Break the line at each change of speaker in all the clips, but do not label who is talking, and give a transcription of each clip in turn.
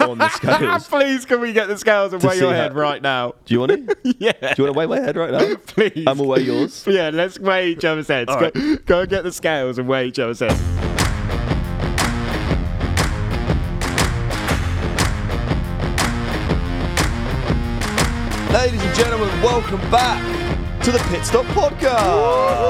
on the scales.
Please, can we get the scales and
To
weigh your
see
head
how-
right now?
Do you want it? Do
Yeah.
you want to weigh my head right now?
Please.
I'm away yours.
Yeah, let's weigh each other's heads.
All
Go, go and get the scales and weigh each other's heads.
Ladies and gentlemen, welcome back to the Pit Stop Podcast.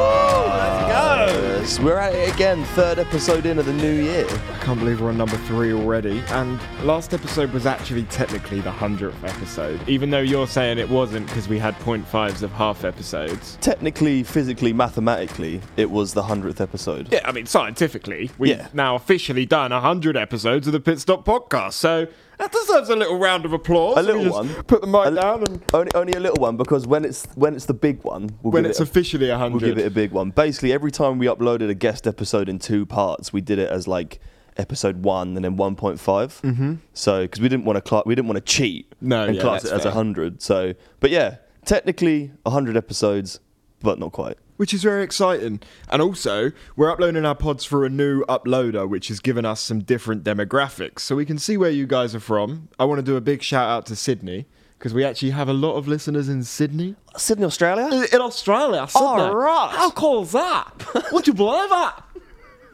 Let's go. We're at it again, third episode in of the new year.
I can't believe we're on number three already. And last episode was actually technically the 100th episode, even though you're saying it wasn't because we had 0.5s of half episodes.
Technically, physically, mathematically, it was the hundredth episode.
Yeah, I mean, scientifically, we've
Yeah.
now officially done 100 episodes of the Pit Stop Podcast. So that deserves a little round of applause.
A
Let me
little
just
one.
Put the mic
A li-
down and
Only, only a little one because when it's when it's the big one, we'll
when
give
it's
it a-
officially 100.
We'll give it a big one. Basically, every time we uploaded a guest episode in two parts, we did it as like episode one and then one Mm-hmm. So because we didn't want to cla- we didn't want to cheat
No,
and
yeah,
class it
that's
as
fair.
a hundred. So, but yeah, technically hundred episodes, but not quite.
which is very exciting. And also, we're uploading our pods for a new uploader, which has given us some different demographics. So we can see where you guys are from. I want to do a big shout out to Sydney, because we actually have a lot of listeners in Sydney. Oh,
Sydney, Australia.
In Australia, Sydney.
All right.
How cool's that? Would you believe that?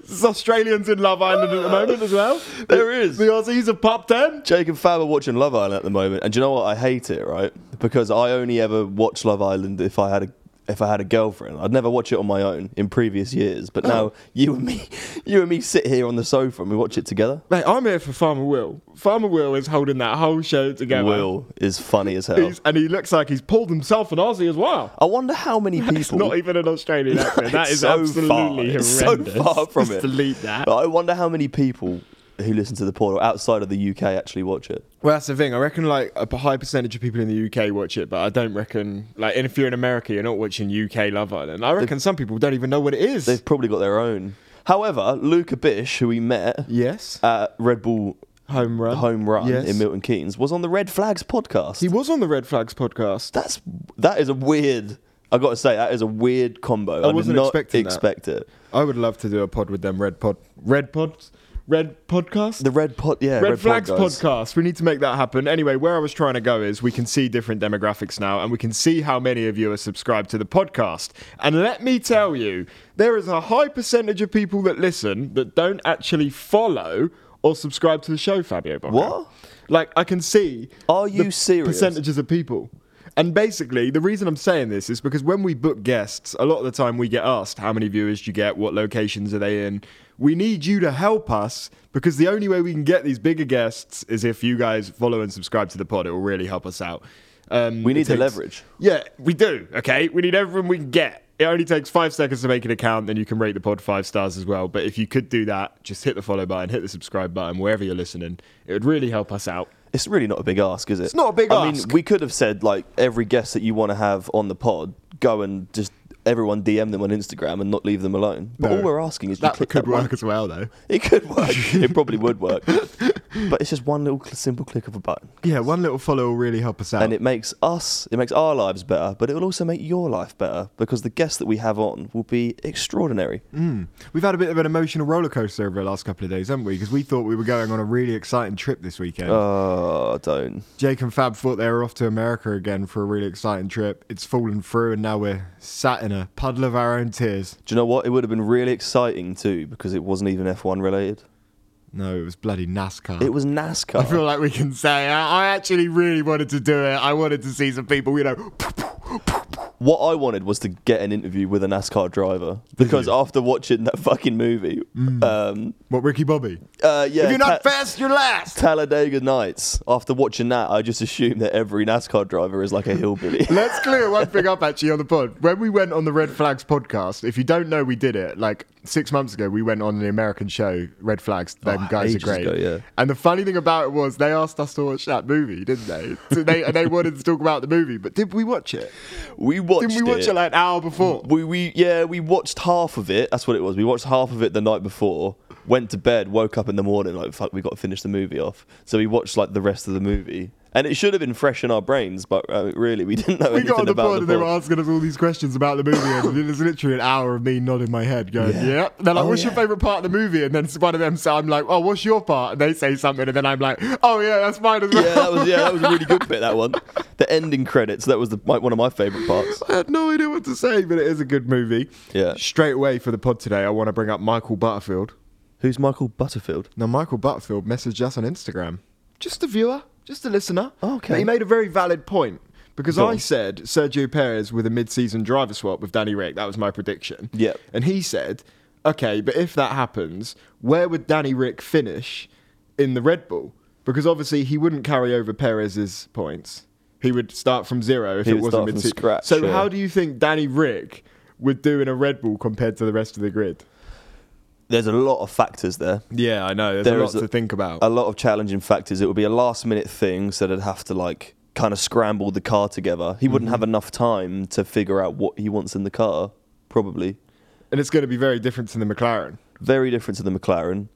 There's Australians in Love Island at the moment as well.
There is.
The Aussies have popped in.
Jake and Fab are watching Love Island at the moment, and do you know what? I hate it, right? Because I only ever watch Love Island if I had a if I had a girlfriend. I'd never watch it on my own in previous years,
Oh.
but now you and me, you and me sit here on the sofa and we watch it together.
Mate, I'm here for Farmer Will. Farmer Will is holding that whole show together.
Will is funny as hell.
He's, and he looks like he's pulled himself an Aussie as well.
I wonder how many
It's
people.
not even an Australian accent. That
It's
is
so
absolutely
far. It's
horrendous.
so far from
Just
it.
delete that.
I wonder how many people who listen to the portal outside of the UK actually watch it.
Well, that's the thing. I reckon like a high percentage of people in the UK watch it, but I don't reckon like. And if you're in America, you're not watching UK Love Island. I reckon some people don't even know what it is.
They've probably got their own. However, Luca Bish, who we met
Yes,
at Red Bull
home run.
Home Run
Yes.
in Milton Keynes, was on the Red Flags podcast.
He was on the Red Flags podcast.
That's that is a weird. I got to say that is a weird combo. I, did
wasn't
not
expecting that.
expect it.
I would love to do a pod with them. Red pod. Red pods. Red podcast.
The Red Pod, yeah,
Red,
Red, Pod
Flags
guys.
podcast. We need to make that happen. Anyway, where I was trying to go is we can see different demographics now, and we can see how many of you are subscribed to the podcast. And let me tell you, there is a high percentage of people that listen that don't actually follow or subscribe to the show, Fabio. Bocca.
What?
Like, I can see.
Are you
the
serious?
Percentages of people. And basically, the reason I'm saying this is because when we book guests, a lot of the time we get asked, how many viewers do you get? What locations are they in? We need you to help us because the only way we can get these bigger guests is if you guys follow and subscribe to the pod. It will really help us out. Um,
We
it
need the leverage.
Yeah, we do. Okay. We need everyone we can get. It only takes five seconds to make an account, and you can rate the pod five stars as well. But if you could do that, just hit the follow button, hit the subscribe button, wherever you're listening. It would really help us out.
It's really not a big ask, is it? It's
not a big
I
ask.
mean, we could have said like every guest that you want to have on the pod, go and just everyone DM them on Instagram and not leave them alone. But
No.
all we're asking is you
That
click
could
that one-
work as well, though.
It could work. it probably would work. But it's just one little cl- simple click of a button,
Yeah, one little follow will really help us out.
and it makes us, it makes our lives better. But it will also make your life better because the guests that we have on will be extraordinary.
Mm. We've had a bit of an emotional roller coaster over the last couple of days, haven't we? Because we thought we were going on a really exciting trip this weekend.
Oh, don't.
Jake and Fab thought they were off to America again for a really exciting trip. It's fallen through, and now we're sat in a puddle of our own tears.
Do you know what? It would have been really exciting too because it wasn't even F1 related.
No, it was bloody NASCAR.
It was NASCAR.
I feel like we can say I, I actually really wanted to do it. I wanted to see some people, you know.
What I wanted was to get an interview with a NASCAR driver because after watching that fucking movie, um,
What Ricky Bobby?
uh, yeah,
Mm. if you're not
Ta-
fast, you're last.
Talladega Nights. After watching that, I just assumed that every NASCAR driver is like a hillbilly.
Let's clear one thing up actually on the pod. When we went on the Red Flags podcast, if you don't know, we did it like six months ago. We went on the American show Red Flags. Them
Oh,
guys are
ages
great.
ago, yeah.
And the funny thing about it was they asked us to watch that movie, didn't they? So they and they wanted to talk about the movie, but did we watch it?
we watched
Didn't we watch it, like an hour before?
we, we yeah we watched half of it. That's what it was. We watched half of it the night before. Went to bed, woke up in the morning like fuck. We got to finish the movie off. So we watched like the rest of the movie, and it should have been fresh in our brains, but uh, really we didn't know
We
anything
got on the
about
pod and they
the
were
ball.
asking us all these questions about the movie, and it was literally an hour of me nodding my head, going,
Yeah.
"Yeah." They're like,
Oh,
"What's
yeah.
your favorite part of the movie?" And then one of them, so I'm like, "Oh, what's your part?" And they say something, and then I'm like, "Oh yeah, that's mine as well."
Yeah, that was yeah, that was a really good bit. That one, the ending credits. That was the, my, one of my favorite parts.
I had no idea what to say, but it is a good movie.
Yeah.
Straight away for the pod today, I want to bring up Michael Butterfield.
Who's Michael Butterfield?
Now, Michael Butterfield messaged us on Instagram. Just a viewer, just a listener.
Okay.
But he made a very valid point because
Go
I
on.
said Sergio Perez with a mid season driver swap with Danny Rick. That was my prediction.
Yep.
And he said, okay, but if that happens, where would Danny Rick finish in the Red Bull? Because obviously he wouldn't carry over Perez's points. He would start from zero if
He
it
would
wasn't
start from
mid-season.
scratch,
So
yeah.
how do you think Danny Rick would do in a Red Bull compared to the rest of the grid?
There's a lot of factors there.
Yeah, I know. There's
There
a
is
lot to think about.
a lot of challenging factors. It would be a last minute thing, so they'd have to like kind of scramble the car together. He wouldn't have enough time to figure out what he wants in the car, probably.
and it's going to be very different to the McLaren.
Very different to the McLaren.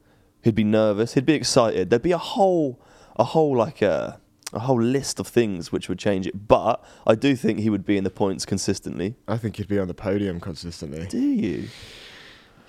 He'd be nervous. He'd be excited. There'd be a whole, a whole like a, a whole list of things which would change it. But I do think he would be in the points consistently.
I think he'd be on the podium consistently.
Do you?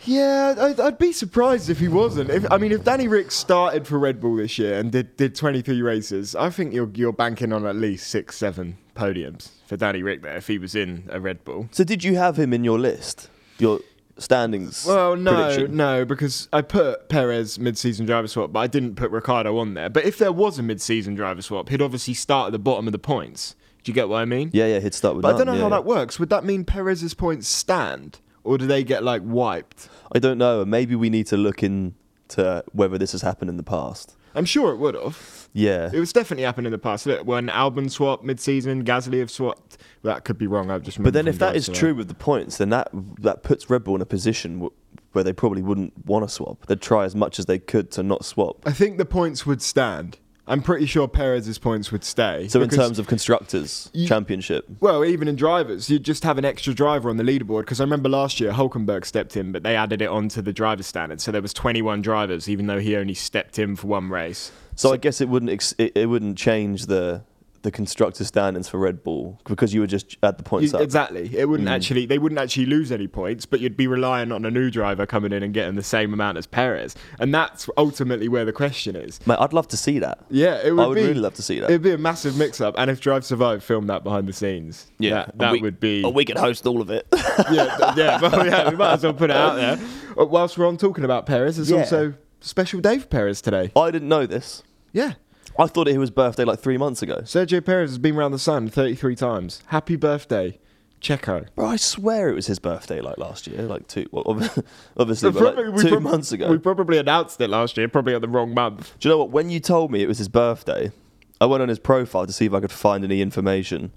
Yeah, I'd, I'd be surprised if he wasn't. If, I mean, if Danny Rick started for Red Bull this year and did, did 23 races, I think you're, you're banking on at least six, seven podiums for Danny Rick there if he was in a Red Bull.
So did you have him in your list? Your standings?
Well, no,
prediction?
no, because I put Perez mid-season driver swap, but I didn't put Ricardo on there. But if there was a mid-season driver swap, he'd obviously start at the bottom of the points. Do you get what I mean?
Yeah, yeah. He'd start with.
But I don't know
none,
how
yeah.
that works. Would that mean Perez's points stand, or do they get like wiped?
I don't know. Maybe we need to look into whether this has happened in the past.
I'm sure it would have.
Yeah.
It was definitely happened in the past. Look, when Albon swapped mid-season, Gasly have swapped. That could be wrong. I've just.
But then,
remembered
if
from
that is
Drive to
true with the points, then that that puts Red Bull in a position w- where they probably wouldn't want to swap. They'd try as much as they could to not swap.
Survive. I think the points would stand. I'm pretty sure Perez's points would stay.
So, in
because-
terms of constructors
You-
championship,
Well, even in drivers, you'd just have an extra driver on the leaderboard because I remember last year Hulkenberg stepped in, but they added it onto the driver standard, so there was 21 drivers, even though he only stepped in for one race.
so, I guess it wouldn't ex- it, it wouldn't change the the constructor standings for Red Bull because you would just add the points
You-
up.
Exactly. It
Mm.
wouldn't actually. They wouldn't actually lose any points, but you'd be relying on a new driver coming in and getting the same amount as Perez, and that's ultimately where the question is.
Mate, I'd love to see that.
Yeah, it would,
would
be,
really love to see that.
It'd be a massive mix-up, and if Drive Survive filmed that behind the scenes, that, that would be.
we could host all of it.
yeah, th- yeah, well, yeah, we might as well put it out there. Uh, Whilst we're on talking about Perez, it's
Yeah.
also special day for Perez today.
I didn't know this.
Yeah,
I thought it was birthday like three months ago.
Sergio Perez has been around the sun 33 times. Happy birthday, Checo.
Bro, I swear it was his birthday like last year, like two, well, ob- obviously, but,
Probably-
like,
we
two
prob-
months ago.
We probably announced it last year, probably on the wrong month.
Do you know what? When you told me it was his birthday, I went on his profile to see if I could find any information,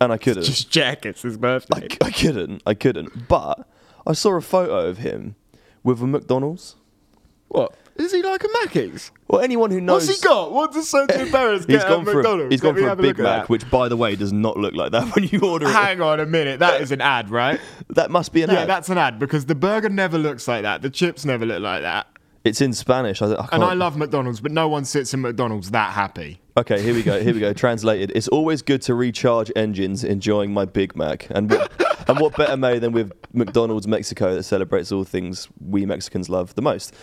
and I couldn't.
Just check, it's his
I,
birthday.
c- I couldn't. I couldn't. But I saw a photo of him with a McDonald's.
What? Is he like a Mackey's?
Well, anyone who knows,
What's he got? What does Sergio Perez get
He's
at
gone for a,
McDonald's?
he's gone
Let me
for a
have
Big
look at
Mac,
that.
which, by the way, does not look like that when you order it.
Hang on a minute, that is an ad, right?
That must be an
yeah,
ad.
that's an ad because the burger never looks like that. The chips never look like that.
It's in Spanish. I, I can't.
And I love McDonald's, but no one sits in McDonald's that happy.
Okay, here we go. Here we go. Translated. It's always good to recharge engines enjoying my Big Mac. And what, and what better May than with McDonald's Mexico that celebrates all things we Mexicans love the most.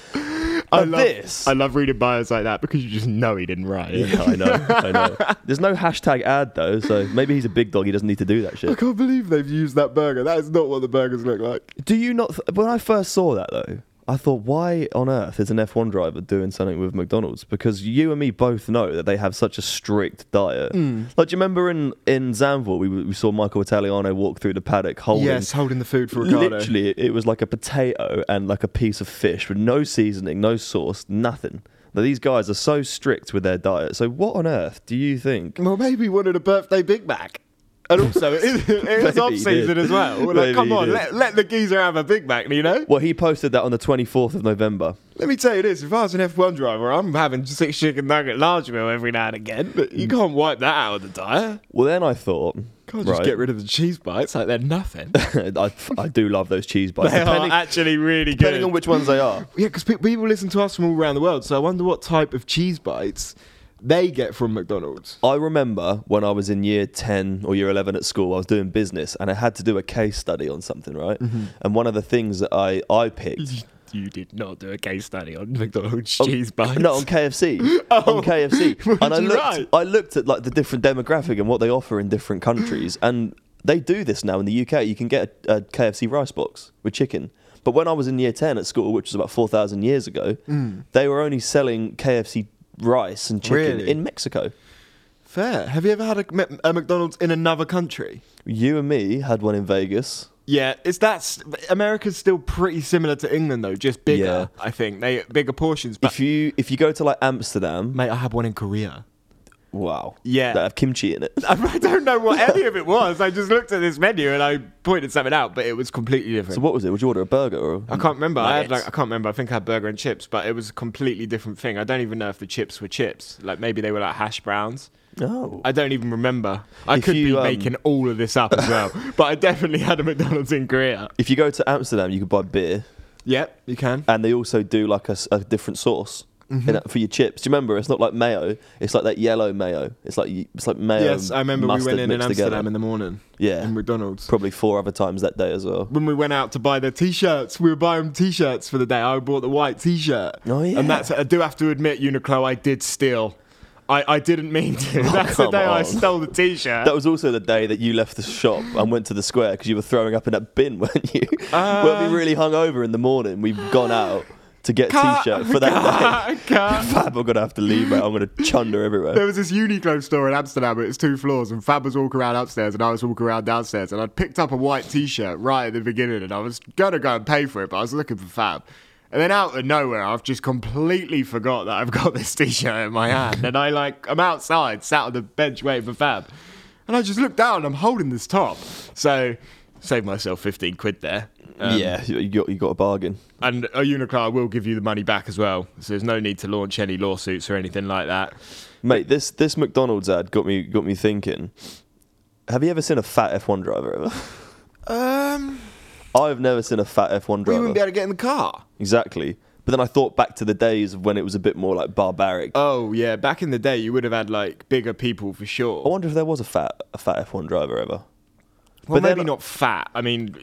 I
Now
love
Oh, this.
I love reading bios like that because you just know he didn't write it.
Yeah, I know. I know. There's no hashtag ad though, so maybe he's a big dog. He doesn't need to do that
I
shit.
can't believe they've used that burger. That is not what the burgers look like.
Do you not? Th- when I first saw that though, I thought, why on earth is an F1 driver doing something with McDonald's? Because you and me both know that they have such a strict diet.
Hmm.
Like, do you remember in in Zandvoort we, we saw Michael Italiano walk through the paddock holding
Yes, holding the food for Ricardo.
Literally, it was like a potato and like a piece of fish with no seasoning, no sauce, nothing. Now, these guys are so strict with their diet. So, what on earth do you think?
Well, maybe he wanted a birthday Big Mac. And also, it is, it is
Maybe
off
he
season
did.
as well. We're
Maybe
like, come
he
on,
did.
let, let the geezer have a Big Mac, you know?
Well, he posted that on the 24th of November.
Let me tell you this if I was an F1 driver, I'm having six chicken nugget large meal every now and again, but
Mm.
you can't wipe that out of the diet.
Well, then I thought,
Can't
right,
just get rid of the cheese bites like they're nothing.
I, I do love those cheese bites,
they are
depending,
actually really good.
depending on which ones they are.
Yeah, because people listen to us from all around the world, so I wonder what type of cheese bites they get from McDonald's.
I remember when I was in year 10 or year 11 at school, I was doing business and I had to do a case study on something, right? And one of the things that I, I picked.
You did not do a case study on McDonald's
on-
cheese bites.
Oh, No, on KFC. on KFC.
Would
And I
you
looked,
right?
I looked at like the different demographic and what they offer in different countries. And they do this now in the UK. You can get a, a KFC rice box with chicken. But when I was in year 10 at school, which was about 4,000 years ago,
Mm.
they were only selling KFC rice and chicken
Really?
in Mexico.
Fair. Have you ever had a, Mc- a McDonald's in another country?
You and me had one in Vegas.
Yeah, it's that's America's still pretty similar to England though, just bigger.
Yeah.
I think they bigger portions. But
If you if you go to like Amsterdam,
mate, I had one in Korea.
wow,
Yeah.
that have kimchi in it.
I don't know what any of it was. I just looked at this menu and I pointed something out, but it was completely different.
So what was it? Would you order a burger or?
I can't remember. I had
Nuggets.
like I can't remember. I think I had burger and chips, but it was a completely different thing. I don't even know if the chips were chips. Like maybe they were like hash browns.
No.
I don't even remember. I
If
could be
you, um,
making all of this up as well, but I definitely had a McDonald's in Korea.
If you go to Amsterdam, you can buy beer,
Yep, you can.
and they also do like a, s- a different sauce
Mm-hmm.
in that- for your chips. Do you remember? It's not like mayo. It's like that yellow mayo. It's like y- it's like mayo.
Yes,
and
I remember we
um, mustard
went in in
mixed
Amsterdam
together.
in the morning.
Yeah.
in McDonald's.
Probably four other times that day as well.
When we went out to buy the t-shirts, we were buying t-shirts for the day. I bought the white t-shirt.
Oh, yeah.
And that's I do have to admit, Uniqlo, I did steal. I, I didn't mean to. that's the
Oh, come
day I
on.
stole the t-shirt.
That was also the day that you left the shop and went to the square because you were throwing up in that bin, weren't you?
Um,
when we really hung over in the morning, we've gone out to get
Cut,
t-shirt for that day.
cut, cut.
Fab, I'm gonna have to leave, mate. I'm gonna chunder
There
everywhere.
was this Uniqlo store in Amsterdam. It was two floors, and Fab was walking around upstairs, and I was walking around downstairs. And I'd picked up a white T-shirt right at the beginning, and I was gonna go and pay for it, but I was looking for Fab. And then out of nowhere, I've just completely forgot that I've got this T-shirt in my hand, and I like I'm outside, sat on the bench waiting for Fab, and I just look down. and I'm holding this top, so saved myself fifteen quid there. Um,
yeah, you you got, you got a bargain.
and a Uniqlo will give you the money back as well, so there's no need to launch any lawsuits or anything like that.
Mate, this this McDonald's ad got me got me thinking. Have you ever seen a fat F1 driver ever?
Um.
I've never seen a fat F1
We
driver.
wouldn't be able to get in the car.
exactly. But then I thought back to the days of when it was a bit more like barbaric.
Oh yeah, back in the day, you would have had like bigger people for sure.
I wonder if there was a fat a fat F1 driver ever.
well,
but
maybe
then-
not fat. I mean,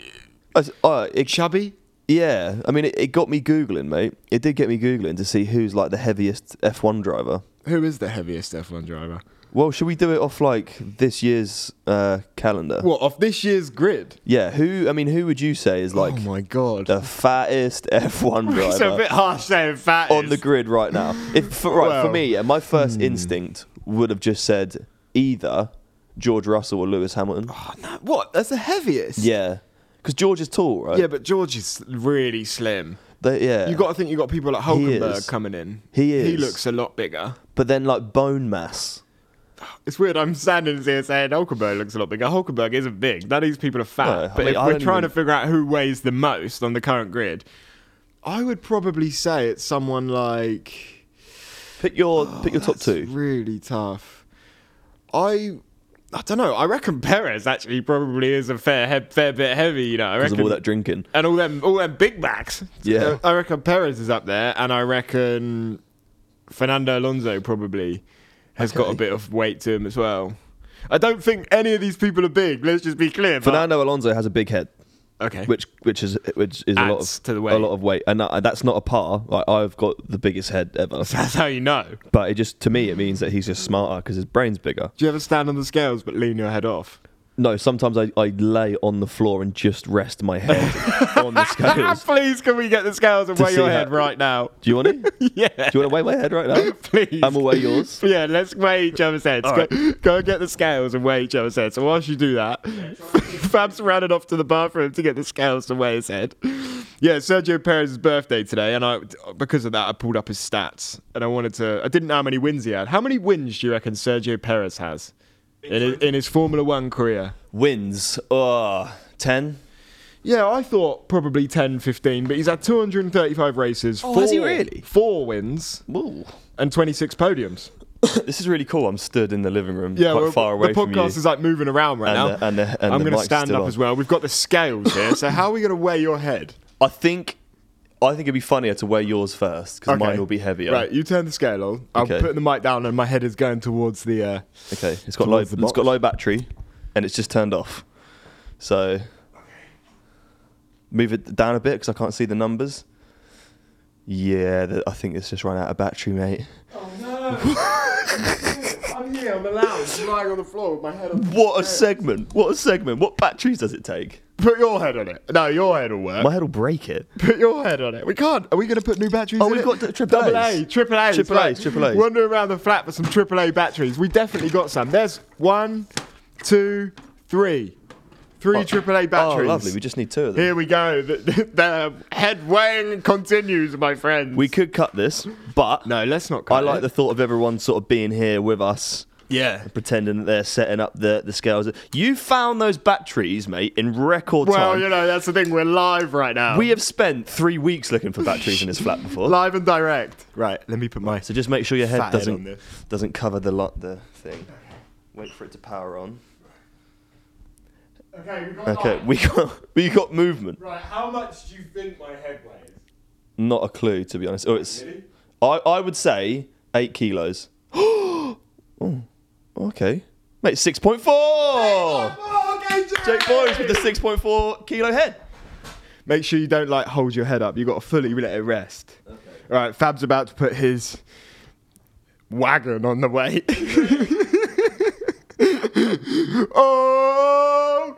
I s- uh, it-
chubby.
yeah, I mean, it, it got me googling, mate. It did get me googling to see who's like the heaviest F1 driver.
Who is the heaviest F1 driver?
Well, should we do it off like this year's uh, calendar?
What off this year's grid?
Yeah, who? I mean, who would you say is like
oh my god,
the fattest F1
it's a
driver
bit harsh saying fat.
on
is.
the grid right now? If for, right
Well, hmm.
for me, yeah, my first instinct would have just said either George Russell or Lewis Hamilton.
Oh, no, what? That's the heaviest.
Yeah, because George is tall, right?
Yeah, but George is really slim.
They- yeah.
You got to think you got people like
He
Hulkenberg
is.
coming in.
He
He
is.
looks a lot bigger.
but then like bone mass.
It's weird. I'm standing here saying Hulkenberg looks a lot bigger. Hulkenberg isn't big. None of these people are
No,
fat.
I
but
mean,
if
I
we're
don't
trying
even-
to figure out who weighs the most on the current grid, I would probably say it's someone like
Pick your pick your top
Oh, That's
two.
Really tough. I. I don't know. I reckon Perez actually probably is a fair he- fair bit heavy. You know, I
Because
reckon
of all that drinking.
and all them all them Big Macs.
Yeah.
Uh, I reckon Perez is up there, and I reckon Fernando Alonso probably has got a
Okay.
bit of weight to him as well. I don't think any of these people are big. Let's just be clear. but-
Fernando Alonso has a big head.
okay,
which which is which is a lot
Adds
of
to the weight.
a lot of weight, and that, that's not a par. Like I've got the biggest head ever,
that's how you know.
but it just to me it means that he's just smarter because his brain's bigger.
Do you ever stand on the scales but lean your head off?
No, sometimes I, I lay on the floor and just rest my head on the scales.
Please, can we get the scales and
To
weigh your
see
head
how-
right now?
Do you want it? Do
Yeah,
you want to weigh my head right now?
please.
I'm away yours.
Yeah, let's weigh each other's heads. Go, go and get the scales and weigh each other's heads. So whilst you do that, Fab's running off to the bathroom to get the scales to weigh his head. Yeah, Sergio Perez's birthday today, and I because of that I pulled up his stats, and I wanted to. I didn't know how many wins he had. How many wins do you reckon Sergio Perez has in his, in his Formula One career?
Wins. Uh, 10.
Yeah, I thought probably 10, 15, but he's had 235 races.
Oh, has he really?
Four wins
Woo.
and 26 podiums.
This is really cool. I'm stood in the living room,
Yeah,
quite
well,
far away
the
from you.
podcast is like moving around right
And
now.
the- and the- and
I'm
the
gonna
mic's
stand
still
up
on.
as well. We've got the scales here, so how are we going to weigh your head?
I think I think it'd be funnier to wear yours first because
Okay.
mine will be heavier.
Right, you turn the scale on. I'm
Okay.
putting the mic down, and my head is going towards the. Uh,
Okay. It's got low.
Towards
It's
the
got
box.
low battery, and it's just turned off. So move it down a bit because I can't see the numbers. Yeah, th- I think it's just run out of battery, mate.
oh no! I'm here on the lounge, lying on the floor with my head on.
What a segment! What a segment! What batteries does it take?
Put your head on it. No, your head will work.
My head will break it.
Put your head on it. We can't. Are we going to put new batteries?
Oh,
in
we've
it?
got the triple
double
A's.
A, triple A's,
Triple
right.
A's, triple A's.
Wandering around the flat for some triple A batteries. We definitely got some. There's one, two, three, three triple A batteries.
Oh, lovely. We just need two of them.
Here we go. The, the, the head weighing continues, my friend.
We could cut this, but
no, let's not.
I
cut
like
it.
the thought of everyone sort of being here with us,
yeah.
pretending that they're setting up the, the scales. You found those batteries, mate, in record
Well,
time.
you know that's the thing. We're live right now.
We have spent three weeks looking for batteries in this flat before.
live and direct. Right. Let me put my.
So just make sure your head
Fat head
doesn't
on this.
doesn't cover the lot the thing. Wait for it to power on.
Okay. We got
Okay, we got we got movement.
Right. How much do you think my head weighs?
Not a clue to be honest. Oh, it's I I would say eight kilos. oh, okay, mate, six point four.
Oh,
Jake Boys with the six point four kilo head.
Make sure you don't like hold your head up. You've got to fully let it rest. All right, Fab's about to put his wagon on the weight. oh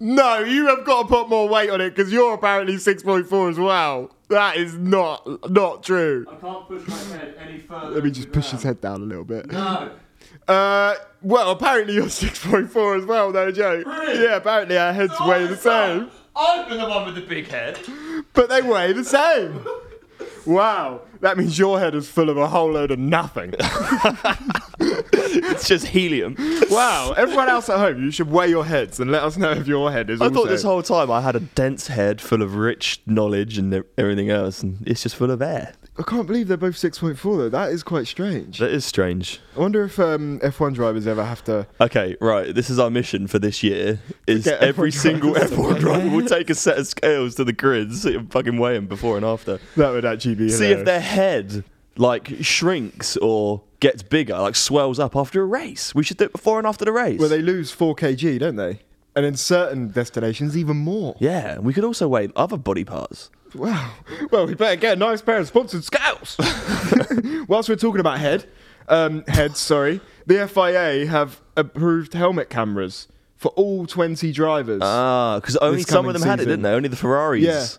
no, you have got to put more weight on it because you're apparently 6.4 as well. That is not not true.
I can't push my head any further.
Let me
into
just
the
push his
ground.
head down a little bit.
No.
Uh, well, apparently you're 6.4 as well, no joke.
Really?
Yeah, apparently our heads
Oh,
weigh the same.
I've been the one with the big head.
But they weigh the same. Wow, that means your head is full of a whole load of nothing.
It's just helium.
wow, everyone else at home, you should weigh your heads and let us know if your head is.
I
also...
thought this whole time I had a dense head full of rich knowledge and everything else, and it's just full of air.
I can't believe they're both six point four though. That is quite strange.
That is strange.
I wonder if um, F one drivers ever have to.
Okay, right. This is our mission for this year: is
Get
every
F1
single
drivers.
F1 driver will take a set of scales to the grid, see and fucking weigh them before and after,
That would actually be.
see if
hilarious.
their head like shrinks or gets bigger, like swells up after a race. We should do it before and after the race.
Well, they lose four kg, don't they? And in certain destinations, even more.
yeah, we could also weigh other body parts.
Wow. Well, we better get a nice pair of sponsored scouts. Whilst we're talking about head, um, heads, sorry, the FIA have approved helmet cameras for all 20 drivers.
Ah, because only
This
some of
coming
them had it,
season.
didn't they? Only the Ferraris
Yeah.
had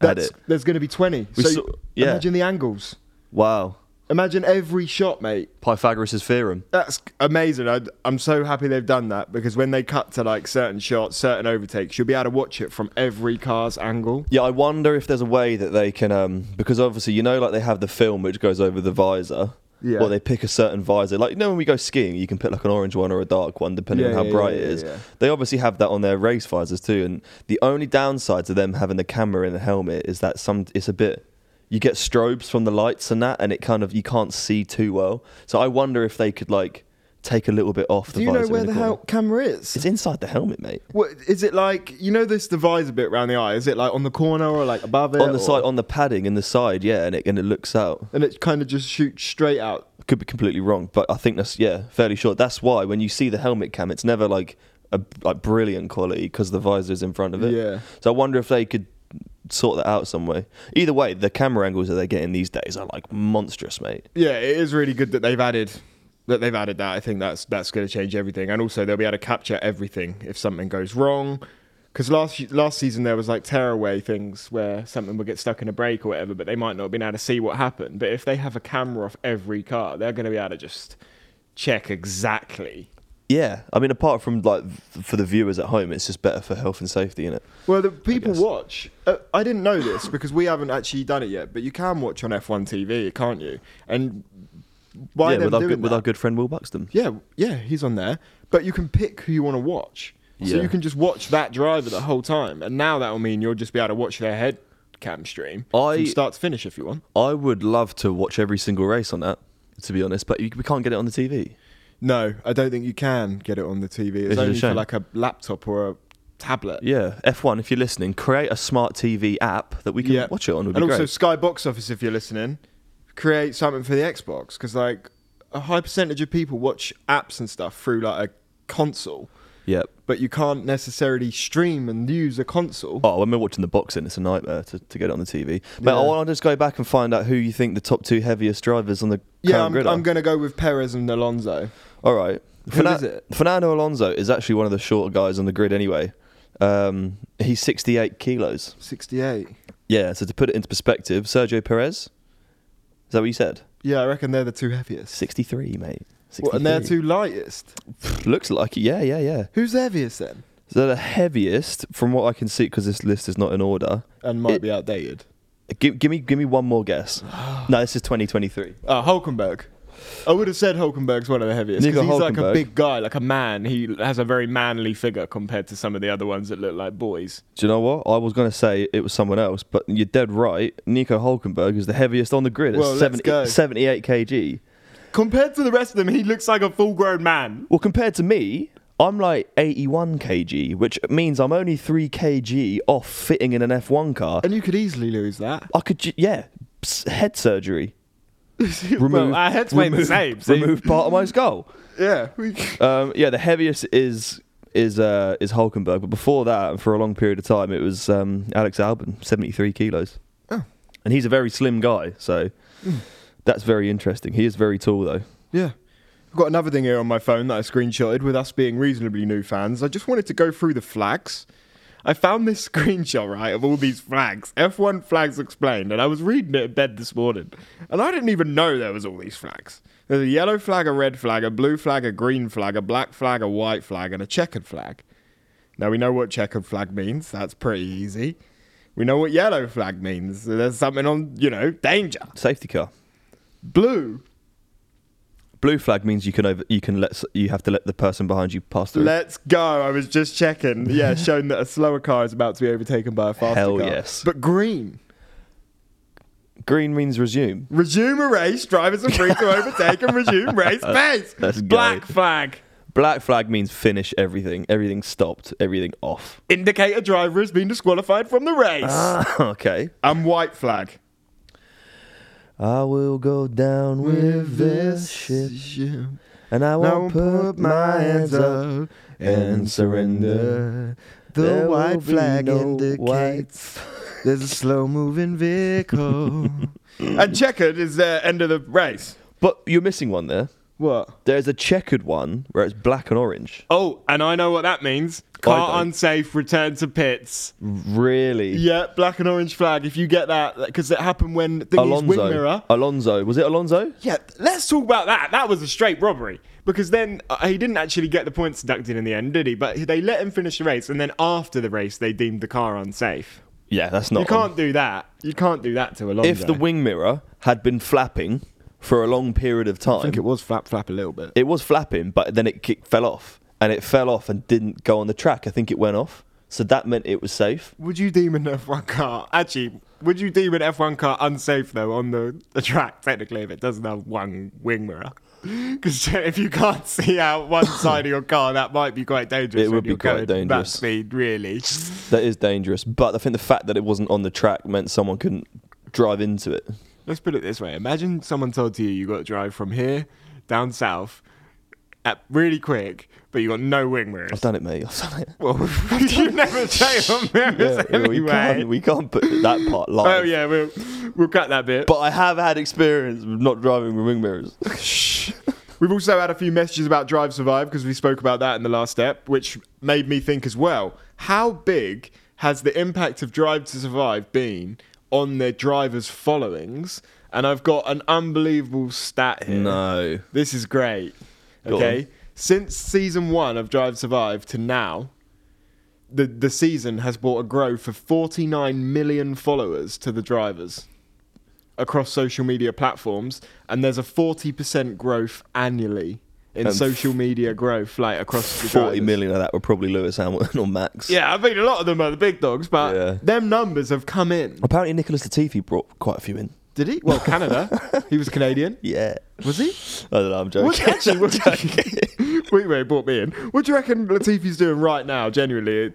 That's-
it.
There's going to be 20.
We
so
saw- yeah.
imagine the angles.
Wow,
Imagine every shot, mate.
Pythagoras' theorem.
That's amazing. I, I'm so happy they've done that because when they cut to like certain shots, certain overtakes, you'll be able to watch it from every car's angle.
Yeah, I wonder if there's a way that they can, um, because obviously you know, like they have the film which goes over the visor.
Yeah.
Or they pick a certain visor, like you know when we go skiing, you can pick like an orange one or a dark one depending
Yeah,
on how
yeah,
bright
yeah,
it
yeah,
is.
yeah.
They obviously have that on their race visors too, and the only downside to them having the camera in the helmet is that some it's a bit you get strobes from the lights and that, and it kind of you can't see too well. So I wonder if they could like take a little bit off the
Do you
visor.
know
in
where the
corner.
hel- camera is?
It's inside the helmet, mate.
What is it like? You know this divisor bit around the eye. Is it like on the corner or like above it?
On the
or-
side, on the padding in the side, yeah, and it and it looks out.
and it kind of just shoots straight out.
could be completely wrong, but I think that's yeah, fairly sure. That's why when you see the helmet cam, it's never like a like brilliant quality because the visor's in front of it.
Yeah.
So I wonder if they could sort that out some way. Either way, the camera angles that they're getting these days are like monstrous, mate.
Yeah, it is really good that they've added that they've added that. I think that's that's going to change everything, and also they'll be able to capture everything if something goes wrong. Because last y- last season there was like tearaway things where something would get stuck in a brake or whatever, but they might not have been able to see what happened. But if they have a camera off every car, they're going to be able to just check exactly
Yeah. I mean, apart from like f- for the viewers at home, it's just better for health and safety in it.
Well, the people
guess.
watch. Uh, I didn't know this because we haven't actually done it yet, but you can watch on F1 TV, can't you? And by
yeah,
them
with our
doing
good, with
that-
our good friend Will Buxton.
yeah, yeah, he's on there. But you can pick who you want to watch, so
Yeah.
you can just watch that driver the whole time. And now that will mean you'll just be able to watch their head cam stream
I-
from start to finish if you want.
I would love to watch every single race on that, to be honest, but you, we can't get it on the TV.
No, I don't think you can get it on the TV.
Is
It's
it a
only for
shame?
like a laptop or a tablet.
Yeah, F1, if you're listening, create a smart TV app that we can
Yeah.
watch it on. Would
and
be
also
great.
Sky Box Office, if you're listening, create something for the Xbox because like a high percentage of people watch apps and stuff through like a console,
yeah.
but you can't necessarily stream and use a console.
Oh, when we're watching the boxing, it's a nightmare to, to get it on the TV. But I
Yeah.
want to just go back and find out who you think the top two heaviest drivers on the
yeah,
current
I'm,
grid are.
I'm gonna go with Perez and Alonso.
All right.
Who is it?
Fernando Alonso is actually one of the shorter guys on the grid anyway. Um, he's 68 kilos.
68.
Yeah, so to put it into perspective, Sergio Perez, is that what you said?
Yeah, I reckon they're the two heaviest.
63, mate. 63.
What, and they're two lightest.
Looks like it. Yeah, yeah, yeah.
Who's the heaviest then?
So the heaviest, from what I can see, because this list is not in order.
And might
It-
be outdated.
Give, give me, give me one more guess. no, this is 2023.
Uh, Hulkenberg. I would have said Hulkenberg's one of the heaviest
Nico
because he's like
Hulkenberg.
a big guy, like a man. He has a very manly figure compared to some of the other ones that look like boys.
Do you know what? I was going to say it was someone else, but you're dead right. Nico Hulkenberg is the heaviest on the grid.
Well,
at
let's
70,
go.
78 kg.
Compared to the rest of them, he looks like a full-grown man.
Well, compared to me, I'm like 81 kg, which means I'm only 3 kg off fitting in an F1 car.
And you could easily lose that.
I could, ju- yeah, s- head surgery. Remove,
well, our heads weigh the
remove-
same. So
remove part of my skull.
Yeah. we-
Um, yeah, the heaviest is is uh, is Hulkenberg, but before that, and for a long period of time, it was um, Alex Albon, 73 kilos.
Oh.
And he's a very slim guy, so that's very interesting. He is very tall, though.
Yeah. I've got another thing here on my phone that I screenshotted with us being reasonably new fans. I just wanted to go through the flags. I found this screenshot, right, of all these flags. F1 flags explained, and I was reading it in bed this morning. And I didn't even know there was all these flags. There's a yellow flag, a red flag, a blue flag, a green flag, a black flag, a white flag, and a checkered flag. Now we know what checkered flag means. That's pretty easy. We know what yellow flag means. There's something on, you know, danger.
Safety car.
Blue
Blue flag means you can over, you can let s- you have to let the person behind you pass through.
Let's go. I was just checking. Yeah, shown that a slower car is about to be overtaken by a faster
Hell
car.
yes.
But green.
Green means resume.
Resume a race. Drivers are free to overtake and resume race pace.
Let's go.
Black flag.
Black flag means finish everything. Everything stopped. Everything off.
Indicate a driver has been disqualified from the race.
Ah. okay.
and white flag.
I will go down with this ship, and I
Now
won't put my hands up. and surrender. The There white will be flag no indicates
there's a slow moving vehicle. and checkered is the end of the race.
But you're missing one there.
What?
There's a checkered one where it's black and orange.
Oh, and I know what that means.
I
Car
don't.
unsafe, return to pits.
Really?
Yeah, black and orange flag. If you get that, because it happened when Thingy's wing
Alonso.
mirror.
Alonso. Was it Alonso?
Yeah, let's talk about that. That was a straight robbery. Because then uh, he didn't actually get the points deducted in the end, did he? But they let him finish the race, and then after the race, they deemed the car unsafe.
Yeah, that's not.
You can't do that. You can't do that to Alonso.
If the wing mirror had been flapping for a long period of time,
I think it was flap flap a little bit.
it was flapping, but then it kick, fell off, and it fell off and didn't go on the track. I think it went off, so that meant it was safe.
Would you deem an F1 car actually? Would you deem an F1 car unsafe though on the, the track technically if it doesn't have one wing mirror? Because if you can't see out one side of your car, that might be quite dangerous.
It would
when
be
you're
quite
going
dangerous.
That speed, really.
That is dangerous, but I think the fact that it wasn't on the track meant someone couldn't drive into it.
Let's put it this way: Imagine someone told you you got to drive from here down south at really quick, but you got no wing mirrors.
I've done it, mate. I've done it.
Well, you never say mirrors
Yeah,
anyway.
we can't. We can't put that part live.
Oh yeah, we'll we'll cut that bit.
But I have had experience with not driving with wing mirrors.
We've also had a few messages about Drive Survive because we spoke about that in the last step, which made me think as well. How big has the impact of Drive to Survive been on their drivers' followings? And I've got an unbelievable stat here.
No.
This is great.
Go
okay.
on.
Since season one of Drive Survive to now, the, the season has brought a growth of 49 million followers to the drivers across social media platforms, and there's a 40% growth annually in
And
social media growth, like across the
Forty
drivers.
million of that were probably Lewis Hamilton or Max.
Yeah, I mean, a lot of them are the big dogs, but
Yeah.
them numbers have come in.
Apparently, Nicholas Latifi brought quite a few in.
Did he? Well, Canada. he was Canadian.
Yeah.
Was he?
I don't know. I'm joking.
What, actually,
I'm
what,
joking.
wait, wait, brought me in. What do you reckon Latifi's doing right now? Genuinely,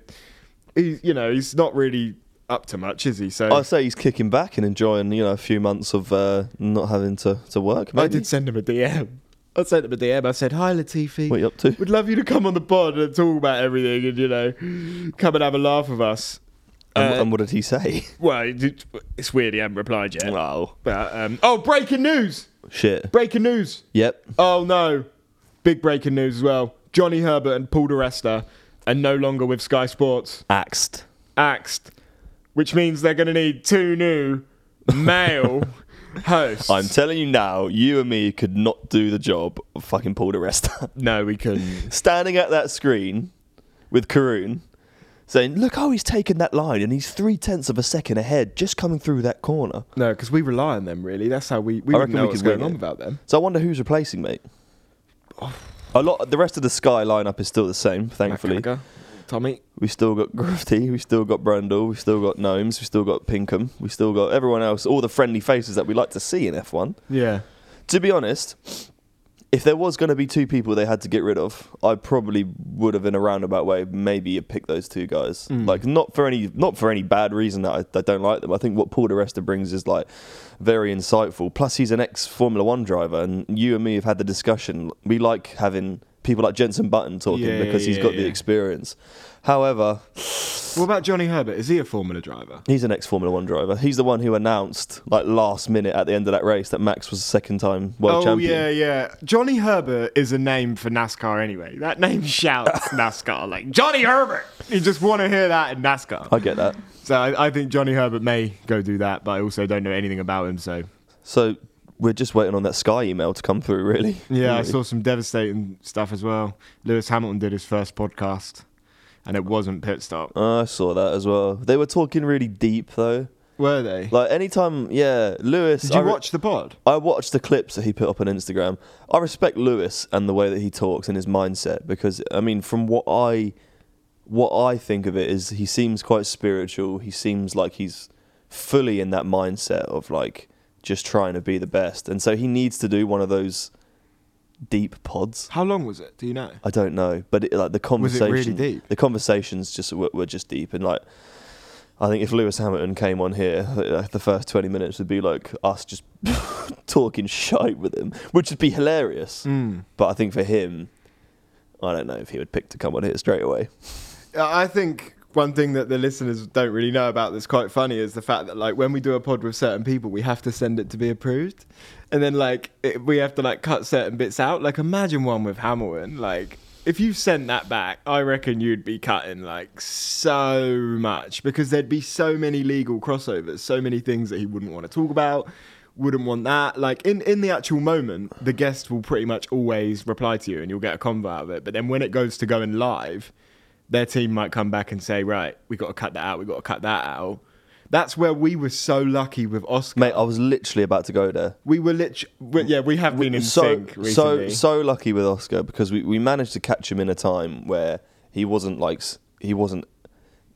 he's you know he's not really up to much, is he? So
I'd say he's kicking back and enjoying, you know, a few months of uh, not having to, to work.
I
Maybe.
did send him a DM. I sent him a DM. I said, "Hi, Latifi.
What are you up to?
We'd love you to come on the pod and talk about everything, and you know, come and have a laugh with us."
and,
Uh,
and what did he say?
well, it- it's weird he hadn't replied yet. But um, oh, breaking news!
Shit.
Breaking news!
Yep.
Oh no, big breaking news as well. Johnny Herbert and Paul DeResta are no longer with Sky Sports.
Axed.
Axed, which means they're going to need two new male hosts.
I'm telling you now, you and me could not do the job of fucking Paul DeResta.
no, we couldn't.
Standing at that screen with Karoon saying, look how he's taken that line and he's three tenths of a second ahead just coming through that corner.
No, because we rely on them. Really, that's how we. We
I
wouldn't
reckon
know
we
what's
could win
going on
it.
about them.
So I wonder who's replacing mate. A lot. The rest of the Sky lineup is still the same, thankfully.
Mac Gallagher, Tommy.
We still got Grafty, we still got Brundle, we still got Gnomes, we still got Pinkham, we still got everyone else, all the friendly faces that we like to see in F1.
Yeah.
To be honest, if there was going to be two people they had to get rid of, I probably would have in a roundabout way maybe picked those two guys.
Mm.
Like not for any not for any bad reason that I, I don't like them. I think what Paul DeResta brings is like very insightful. Plus he's an ex Formula 1 driver and you and me have had the discussion. We like having people like Jenson Button talking
Yeah,
because he's
yeah,
got the
yeah.
experience. However,
What about Johnny Herbert? Is he a Formula driver?
He's an ex Formula One driver. He's the one who announced, like last minute at the end of that race, that Max was second time world
oh
champion.
yeah, yeah. Johnny Herbert is a name for NASCAR anyway. That name shouts NASCAR. Like Johnny Herbert. You just want to hear that in NASCAR.
I get that.
So I, I think Johnny Herbert may go do that, but I also don't know anything about him. So
So we're just waiting on that Sky email to come through, really.
yeah, I
Really.
saw some devastating stuff as well. Lewis Hamilton did his first podcast, and it wasn't pit stop.
I saw that as well. They were talking really deep though.
Were they?
Like anytime, yeah, Lewis.
Did you
I re-
watch the pod?
I watched the clips that he put up on Instagram. I respect Lewis and the way that he talks and his mindset because I mean, from what I what I think of it is he seems quite spiritual. He seems like he's fully in that mindset of like just trying to be the best. And so he needs to do one of those deep pods.
How long was it? Do you know?
I don't know, but it, like the
Was it
conversation,
really deep?
the conversations just were, were just deep, and like I think if Lewis Hamilton came on here, like, the first twenty minutes would be like us just talking shite with him, which would be hilarious.
Mm.
But I think for him, I don't know if he would pick to come on here straight away.
I I think one thing that the listeners don't really know about that's quite funny is the fact that like when we do a pod with certain people, we have to send it to be approved, and then like it, we have to like cut certain bits out. Like imagine one with Hamilton. Like if you sent that back, I reckon you'd be cutting like so much because there'd be so many legal crossovers, so many things that he wouldn't want to talk about. Wouldn't want that. Like in in the actual moment, the guest will pretty much always reply to you, and you'll get a convo out of it. But then when it goes to going live, their team might come back and say, right, we got to cut that out, we got to cut that out. That's where we were so lucky with Oscar.
Mate, I was literally about to go there.
we were literally, yeah, we have been in
so
sync
so
recently.
so lucky with Oscar because we, we managed to catch him in a time where he wasn't like s- he wasn't.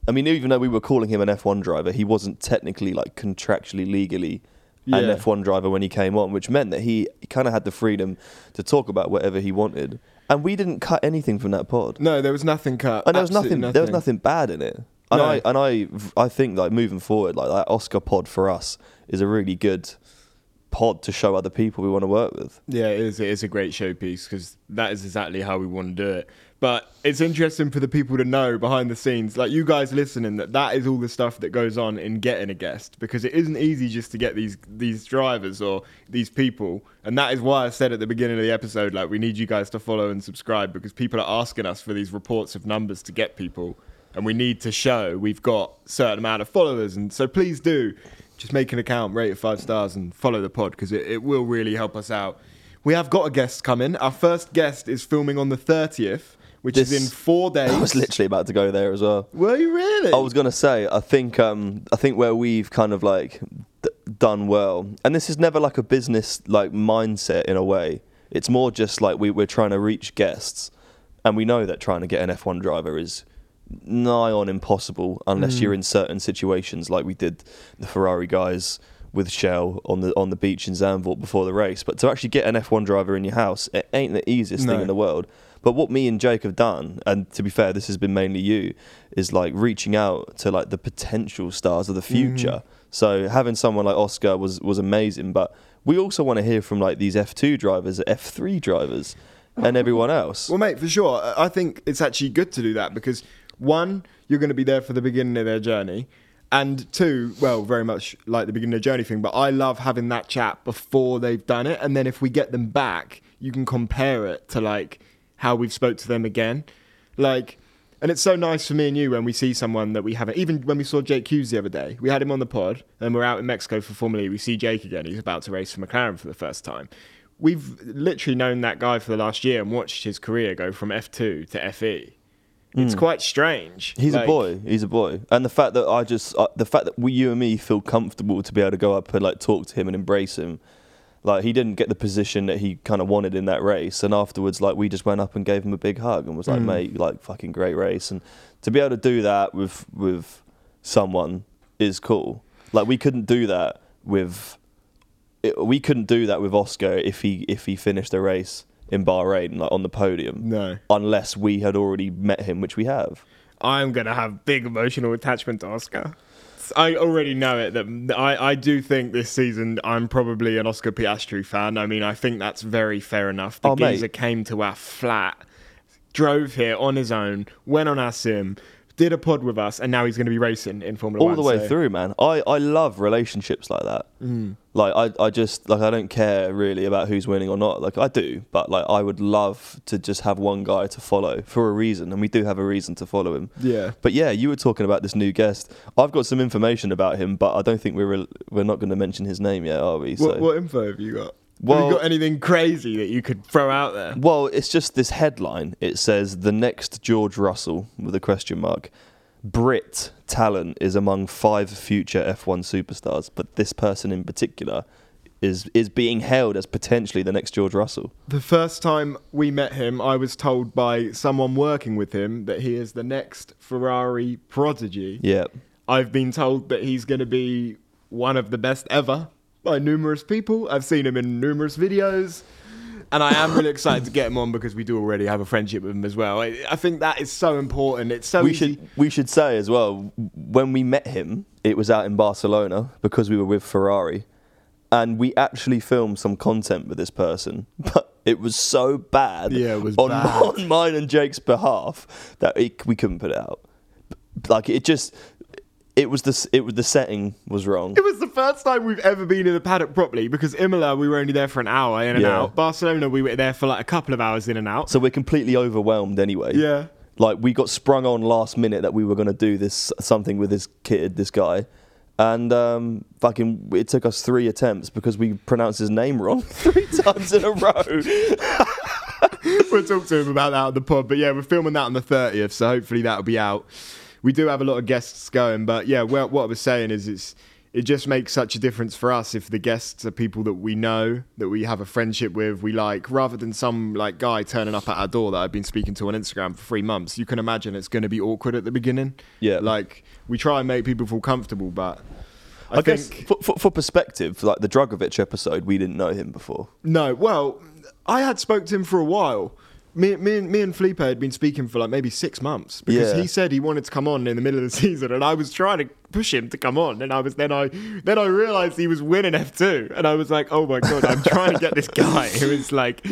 I mean, even though we were calling him an F1 driver, he wasn't technically like contractually legally an
Yeah.
F1 driver when he came on, which meant that he kind of had the freedom to talk about whatever he wanted, and we didn't cut anything from that pod.
no, there was nothing cut.
And Oh, there was
Absolutely
nothing, There was nothing bad in it. And
No.
I and I I think like moving forward, like that Oscar pod for us is a really good pod to show other people we want to work with.
Yeah, it is. It is a great showpiece because that is exactly how we want to do it. But it's interesting for the people to know behind the scenes, like you guys listening, that that is all the stuff that goes on in getting a guest because it isn't easy just to get these these drivers or these people. And that is why I said at the beginning of the episode, like we need you guys to follow and subscribe because people are asking us for these reports of numbers to get people, and we need to show we've got certain amount of followers. And so please do. Just make an account, rate it five stars, and follow the pod because it, it will really help us out. We have got a guest coming. Our first guest is filming on the 30th, which is
This-
in four days.
I was literally about to go there as well.
Were you really?
I was gonna say, I think, um, I think where we've kind of like d- done well, and this is never like a business like mindset in a way. It's more just like we, we're trying to reach guests, and we know that trying to get an F1 driver is nigh on impossible unless you're in certain situations like we did the Ferrari guys with Shell on the on the beach in Zandvoort before the race. But to actually get an F1 driver in your house, it ain't the easiest
No.
thing in the world. But what me and Jake have done, and to be fair, this has been mainly you, is like reaching out to like the potential stars of the future. So having someone like Oscar was was amazing, but we also want to hear from like these F2 drivers, F3 drivers, and everyone else.
Well, mate, for sure. I- I think it's actually good to do that because one, you're going to be there for the beginning of their journey. And two, well, very much like the beginning of the journey thing, but I love having that chat before they've done it. And then if we get them back, you can compare it to like how we've spoke to them again. Like, and it's so nice for me and you when we see someone that we haven't, even when we saw Jake Hughes the other day, we had him on the pod and we're out in Mexico for Formula E. We see Jake again. He's about to race for McLaren for the first time we've literally known that guy for the last year and watched his career go from F2 to FE. It's quite strange.
Hmm. He's
Like,
a boy. He's a boy, and the fact that I just, uh, the fact that we, you and me, feel comfortable to be able to go up and like talk to him and embrace him, like he didn't get the position that he kind of wanted in that race, and afterwards, like we just went up and gave him a big hug and was like, mate, like fucking great race, and to be able to do that with with someone is cool. Like we couldn't do that with, it, we couldn't do that with Oscar if he if he finished a race in Bahrain like on the podium,
No.
unless we had already met him, which we have.
I'm going to have big emotional attachment to Oscar. I already know it that I, I do think this season I'm probably an Oscar Piastri fan. I mean, I think that's very fair enough. The
Oh, mate.
geezer came to our flat, drove here on his own, went on our sim, did a pod with us, and now he's going to be racing in Formula
all
One.
the way
so-
through, man. I, I love relationships like that. Like I, I just like I don't care really about who's winning or not. Like I do, but like I would love to just have one guy to follow for a reason, and we do have a reason to follow him.
Yeah.
But yeah, you were talking about this new guest. I've got some information about him, but I don't think we're we're not going to mention his name yet, are we?
What, what info have you got? have
Well-
you got anything crazy that you could throw out there?
Well, it's just this headline. It says the next George Russell with a question mark. Brit talent is among five future F1 superstars, but this person in particular is is being hailed as potentially the next George Russell.
The first time we met him, I was told by someone working with him that he is the next Ferrari prodigy.
Yeah.
I've been told that he's going to be one of the best ever by numerous people. I've seen him in numerous videos. And I am really excited to get him on because we do already have a friendship with him as well. I, I think that is so important. It's so
We
easy.
should we should say as well when we met him, it was out in Barcelona because we were with Ferrari, and we actually filmed some content with this person, but it was so bad.
Yeah, it was
on,
bad.
on mine and Jake's behalf that it, we couldn't put it out. Like it just, it was the s- it was the setting was wrong.
It was the first time we've ever been in a paddock properly because Imola we were only there for an hour in and
Yeah.
out. Barcelona we were there for like a couple of hours in and out.
So we're completely overwhelmed anyway.
Yeah.
Like we got sprung on last minute that we were going to do this something with this kid, this guy. And um, fucking, it took us three attempts because we pronounced his name wrong three times in a row.
we'll talk to him about that on the pod. But yeah, we're filming that on the 30th, so hopefully that'll be out. We do have a lot of guests going, but yeah, well, what I was saying is it's it just makes such a difference for us if the guests are people that we know, that we have a friendship with, we like, rather than some like guy turning up at our door that I've been speaking to on Instagram for three months. You can imagine it's going to be awkward at the beginning.
Yeah.
like we try and make people feel comfortable, but I,
I, guess
think
for, for, for perspective, like the Drogovic episode, we didn't know him before.
No, well, I had spoke to him for a while. Me, me, and- me and Felipe had been speaking for like maybe six months because
Yeah.
he said he wanted to come on in the middle of the season, and I was trying to push him to come on, and I was then I then I realised he was winning F two, and I was like, oh my god, I'm trying to get this guy who is like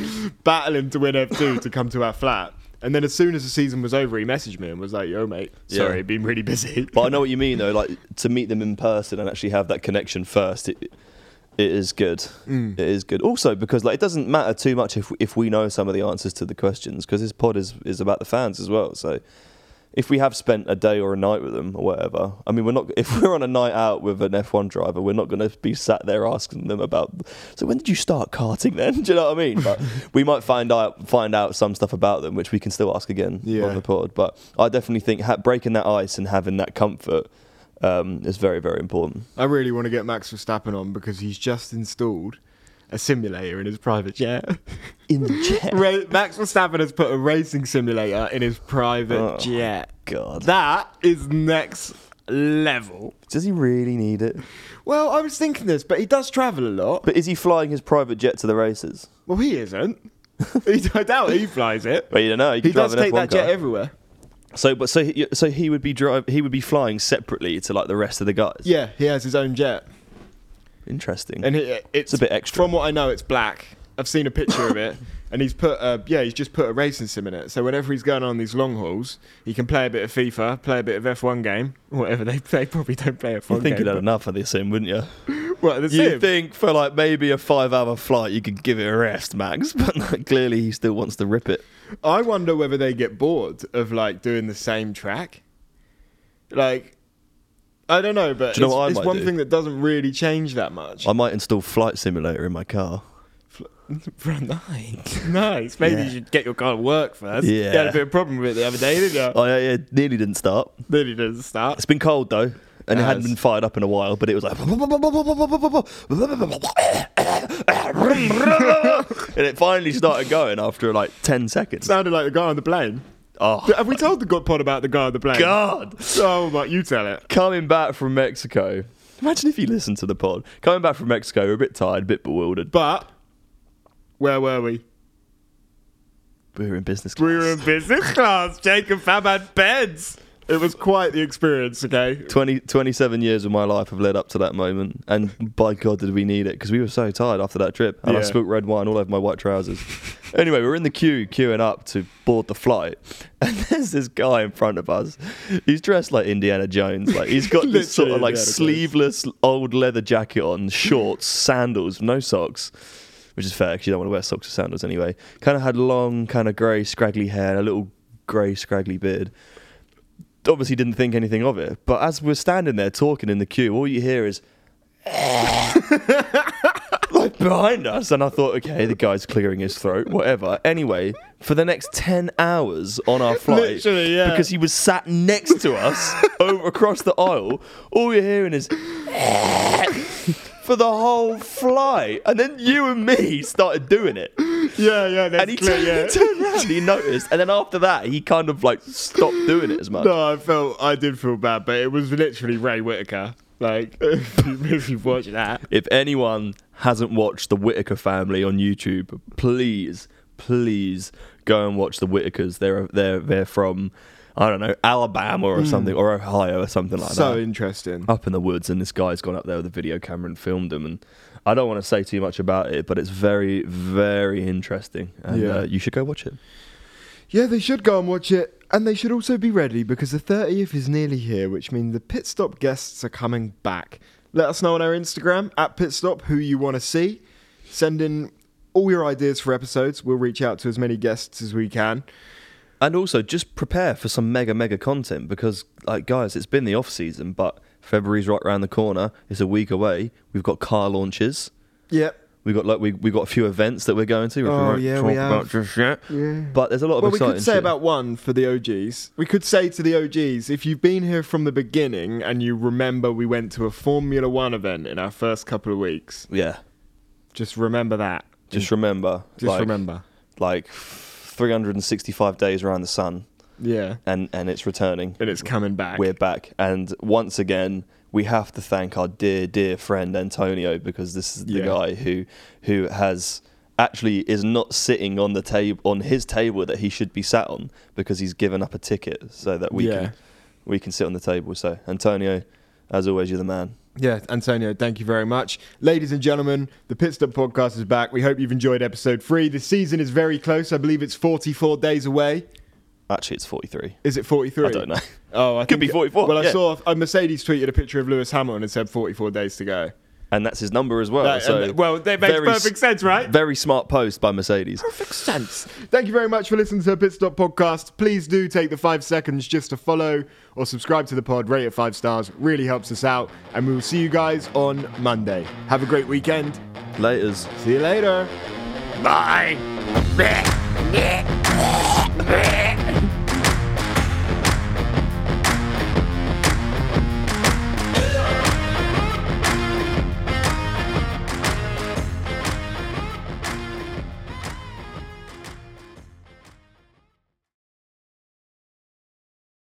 battling to win F two to come to our flat. And then as soon as the season was over, he messaged me and was like, yo mate, sorry,
Yeah.
been really busy.
But I know what you mean, though. Like to meet them in person and actually have that connection first, it, it is good. It is good. Also, because like it doesn't matter too much if if we know some of the answers to the questions, because this pod is is about the fans as well. So if we have spent a day or a night with them or whatever, I mean, we're not. If we're on a night out with an F1 driver, we're not going to be sat there asking them about. So when did you start karting? Then do you know what I mean? But we might find out find out some stuff about them, which we can still ask again
Yeah.
on the pod. But I definitely think ha- breaking that ice and having that comfort um, is very very important.
I really want to get Max Verstappen on because he's just installed a simulator in his private jet.
In the jet.
Ra- Max Verstappen has put a racing simulator in his private
Oh,
jet.
God.
That is next level.
Does he really need it?
Well, I was thinking this, but he does travel a lot.
But is he flying his private jet to the races?
well, he isn't. He- I doubt he flies it.
Well, you don't know. He,
He
could drive
does
an
take
F1
that jet
car.
everywhere.
So, but so he, so he would be drive. He would be flying separately to like the rest of the guys.
Yeah, he has his own jet,
Interesting.
and he, it's,
a bit extra.
From what I know, it's black. I've seen a picture of it, and he's put a yeah, he's just put a racing sim in it. So whenever he's going on these long hauls, he can play a bit of FIFA, play a bit of F1 game, whatever they they probably don't play F1
you think
game.
you'd had enough of this sim, wouldn't you?
Well, the
You
sim.
think for like maybe a five-hour flight, you could give it a rest, Max. But clearly, he still wants to rip it.
I wonder whether they get bored of like doing the same track. Like, I don't know, but
Do you know
it's,
what I
it's
might
one
do?
thing that doesn't really change that much.
I might install Flight Simulator in my car.
nice, nice. Maybe you should get your car to work first. you had
Yeah.
a bit of a problem with it the other day, didn't you?
Oh yeah, yeah. Nearly didn't start.
Then it doesn't start.
It's been cold though, and it hadn't
has.
been fired up in a while. But it was like, and it finally started going after like ten seconds.
Sounded like the guy on the plane.
Oh
Have we told the god pod about the guy on the plane?
God!
Oh, but you tell it.
Coming back from Mexico. Imagine if you listened to the pod. Coming back from Mexico, we're a bit tired, a bit bewildered.
But where were we?
But we were in business class.
We were in business class. Jacob Fab had beds. It was quite the experience. Okay,
20, 27 years of my life have led up to that moment, and by God, did we need it because we were so tired after that trip, and I
Yeah.
spilt red wine all over my white trousers. anyway, we we're in the queue queuing up to board the flight, and there's this guy in front of us. He's dressed like Indiana Jones, like he's got this sort
Literally
of like
Indiana Jones.
sleeveless old leather jacket on, shorts, sandals, no socks. Which is fair because you don't want to wear socks or sandals anyway. Kind of had long, kind of grey, scraggly hair, and a little grey, scraggly beard obviously didn't think anything of it. But as we're standing there talking in the queue, all you hear is "Eh," like behind us. And I thought, okay, the guy's clearing his throat, whatever. Anyway, for the next 10 hours on our flight,
Literally, yeah.
because he was sat next to us over across the aisle, all you're hearing is "Eh," for the whole flight. And then you and me started doing it
Yeah, yeah, that's
and he
clear,
turned,
yeah.
turned around and he noticed and then after that he kind of like stopped doing it as much
no, I felt I did feel bad, but it was literally Ray Whitaker. Like if you- if you've watched that,
if anyone hasn't watched the whitaker family on youtube please please go and watch the whitakers they're they're they're from i don't know alabama or something or ohio or something like
Hmm. so
that
interesting.
up in the woods and this guy's gone up there with a video camera and filmed them and i don't want to say too much about it but it's very very interesting and
Yeah.
uh, you should go watch it
Yeah, they should go and watch it, and they should also be ready because the 30th is nearly here, which means the pit stop guests are coming back. Let us know on our Instagram at pit stop who you want to see. Send in all your ideas for episodes. We'll reach out to as many guests as we can.
And also, just prepare for some mega, mega content because, like, guys, it's been the off season, but February's right around the corner. It's a week away. We've got car launches.
Yep.
We've got like we we got a few events that we're going to. which
Oh,
won't
yeah,
talk
we
about
have.
just yet.
Yeah.
But there's a lot of
Well, we
exciting
could say
shit.
about one for the OGs. We could say to the OGs, if you've been here from the beginning and you remember we went to a Formula One event in our first couple of weeks,
yeah.
just remember that.
Just remember,
Just
like,
remember.
like 365 days around the sun,
Yeah.
and and it's returning.
And it's coming back.
We're back, and once again, we have to thank our dear, dear friend Antonio because this is the
Yeah.
guy who who has actually is not sitting on the table on his table that he should be sat on because he's given up a ticket so that we
Yeah.
can we can sit on the table. So Antonio, as always, you're the man.
Yeah, Antonio, thank you very much. Ladies and gentlemen, the Pit Stop Podcast is back. We hope you've enjoyed episode three. The season is very close. I believe it's 44 days away.
Actually, it's 43.
Is it 43?
I don't know.
Oh, I
Could
think-
be 44,
Well, I
yeah.
saw a Mercedes tweeted a picture of Lewis Hamilton and said 44 days to go.
And that's his number as well.
That-
so
and- well, that makes
very
perfect
s-
sense, right?
Very smart post by Mercedes.
Perfect sense. Thank you very much for listening to the Pit Stop Podcast. Please do take the five seconds just to follow or subscribe to the pod. Rate it five stars. Really helps us out. And we will see you guys on Monday. Have a great weekend.
Laters.
See you later. Bye.